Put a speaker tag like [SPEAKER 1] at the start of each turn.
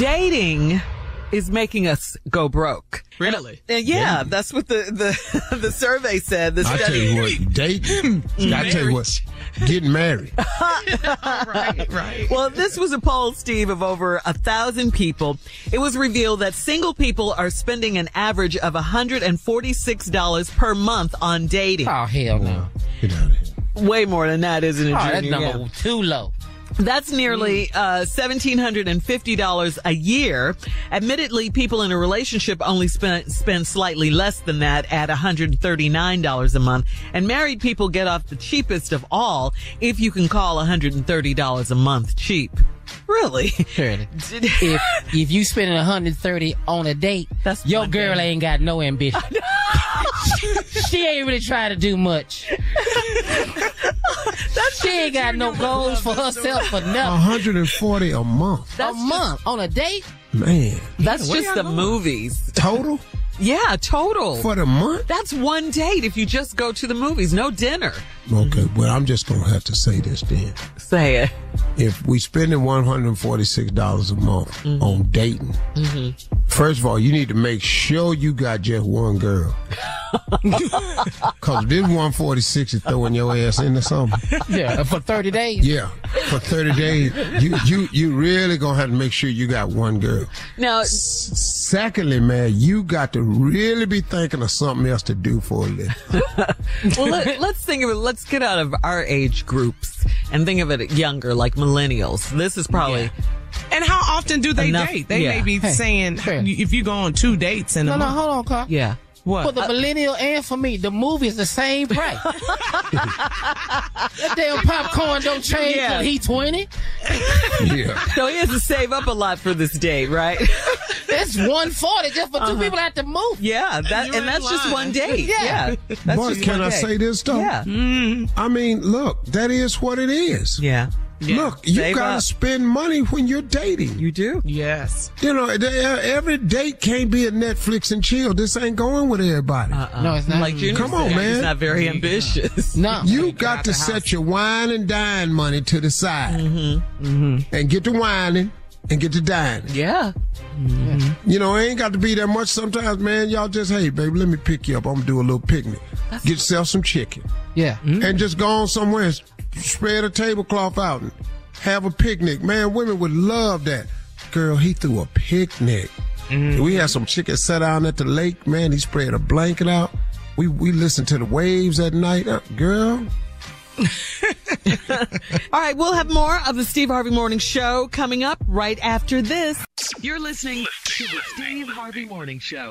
[SPEAKER 1] dating is making us go broke.
[SPEAKER 2] Really?
[SPEAKER 1] And yeah, that's what the the, the survey said. The
[SPEAKER 2] I tell
[SPEAKER 1] study.
[SPEAKER 2] you what, date. I tell you what, getting married.
[SPEAKER 1] right,
[SPEAKER 2] right.
[SPEAKER 1] Well, this was a poll, Steve, of over a thousand people. It was revealed that single people are spending an average of $146 per month on dating.
[SPEAKER 2] Oh hell no! Get out of here.
[SPEAKER 1] Way more than that, isn't it?
[SPEAKER 2] Oh, that
[SPEAKER 1] Junior?
[SPEAKER 2] number
[SPEAKER 1] Yeah.
[SPEAKER 2] too low.
[SPEAKER 1] That's nearly uh, $1,750 a year. Admittedly, people in a relationship only spend, spend slightly less than that at $139 a month. And married people get off the cheapest of all if you can call $130 a month cheap. Really?
[SPEAKER 2] Shirley. if if you spending 130 on a date,
[SPEAKER 1] That's
[SPEAKER 2] your
[SPEAKER 1] my
[SPEAKER 2] girl
[SPEAKER 1] day.
[SPEAKER 2] ain't got no ambition. she ain't really trying to do much. she ain't got no goals for herself for
[SPEAKER 1] Uh-huh.
[SPEAKER 2] nothing.
[SPEAKER 3] 140 a month.
[SPEAKER 2] a month on a date
[SPEAKER 3] Man.
[SPEAKER 1] That's
[SPEAKER 2] where
[SPEAKER 1] just
[SPEAKER 2] y'all
[SPEAKER 1] the
[SPEAKER 2] going?
[SPEAKER 1] movies.
[SPEAKER 3] Total
[SPEAKER 1] Yeah, total.
[SPEAKER 3] for the month?
[SPEAKER 1] That's one date if you just go to the movies, no dinner.
[SPEAKER 3] Okay, well, I'm just going to have to say this then.
[SPEAKER 1] Say it.
[SPEAKER 3] If we spending $146 a month on dating, first of all, you need to make sure you got just one girl. Because this 146 is throwing your ass into something.
[SPEAKER 2] yeah, for 30 days.
[SPEAKER 3] Yeah, for 30 days, you, you, you really going to have to make sure you got one girl.
[SPEAKER 1] Now,
[SPEAKER 3] Secondly, man, you got to really be thinking of something else to do for a living.
[SPEAKER 1] well, let, let's think of it. Let's get out of our age groups and think of it younger, like millennials. This is probably
[SPEAKER 4] And how often do they
[SPEAKER 1] Enough-
[SPEAKER 4] date? They
[SPEAKER 1] yeah.
[SPEAKER 4] may be
[SPEAKER 2] Hey,
[SPEAKER 4] saying
[SPEAKER 2] fair.
[SPEAKER 4] if you go on two dates and
[SPEAKER 2] No, no, hold on, Carl.
[SPEAKER 1] yeah.
[SPEAKER 4] what?
[SPEAKER 2] For the millennial and for me, the movie is the same price. that damn popcorn don't change
[SPEAKER 1] Yeah.
[SPEAKER 2] till he 20.
[SPEAKER 3] Yeah.
[SPEAKER 1] So he has to save up a lot for this date, right?
[SPEAKER 2] That's 140 just for two people at the movie.
[SPEAKER 1] yeah, that
[SPEAKER 4] You're
[SPEAKER 1] and that's
[SPEAKER 4] in
[SPEAKER 1] just
[SPEAKER 4] line.
[SPEAKER 1] one date.
[SPEAKER 2] Yeah. Hmm?
[SPEAKER 1] Yeah, that's
[SPEAKER 3] but
[SPEAKER 1] just
[SPEAKER 3] can
[SPEAKER 1] one
[SPEAKER 3] I
[SPEAKER 1] date.
[SPEAKER 3] say this though?
[SPEAKER 1] Yeah,
[SPEAKER 3] I mean, look, that is what it is.
[SPEAKER 1] yeah,
[SPEAKER 3] Look, you
[SPEAKER 1] Save
[SPEAKER 3] gotta
[SPEAKER 1] up.
[SPEAKER 3] spend money when you're dating. You,
[SPEAKER 1] you do.
[SPEAKER 4] yes.
[SPEAKER 3] know, e- every date can't be a Netflix and chill. This ain't going with everybody.
[SPEAKER 2] No, it's not.
[SPEAKER 1] Like Junior
[SPEAKER 3] Come on,
[SPEAKER 1] said,
[SPEAKER 3] man.
[SPEAKER 1] He's not very ambitious.
[SPEAKER 2] no.
[SPEAKER 3] You got to set your wine and dine money to the side, mm-hmm. Mm-hmm. and get to whining and get to dining.
[SPEAKER 1] Yeah,
[SPEAKER 3] You know, it ain't got to be that much. Sometimes, man, y'all just hey, baby, let me pick you up. I'm gonna do a little picnic. get yourself some chicken
[SPEAKER 2] yeah.
[SPEAKER 3] and just go on somewhere and s- spread a tablecloth out and have a picnic. Man, women would love that. Girl, he threw a picnic. Mm-hmm. We had some chicken set down at the lake. Man, he spread a blanket out. We we listened to the waves at night. Uh, girl,
[SPEAKER 1] All right, we'll have more of the Steve Harvey Morning Show coming up right after this. You're listening to the Steve Harvey Morning Show.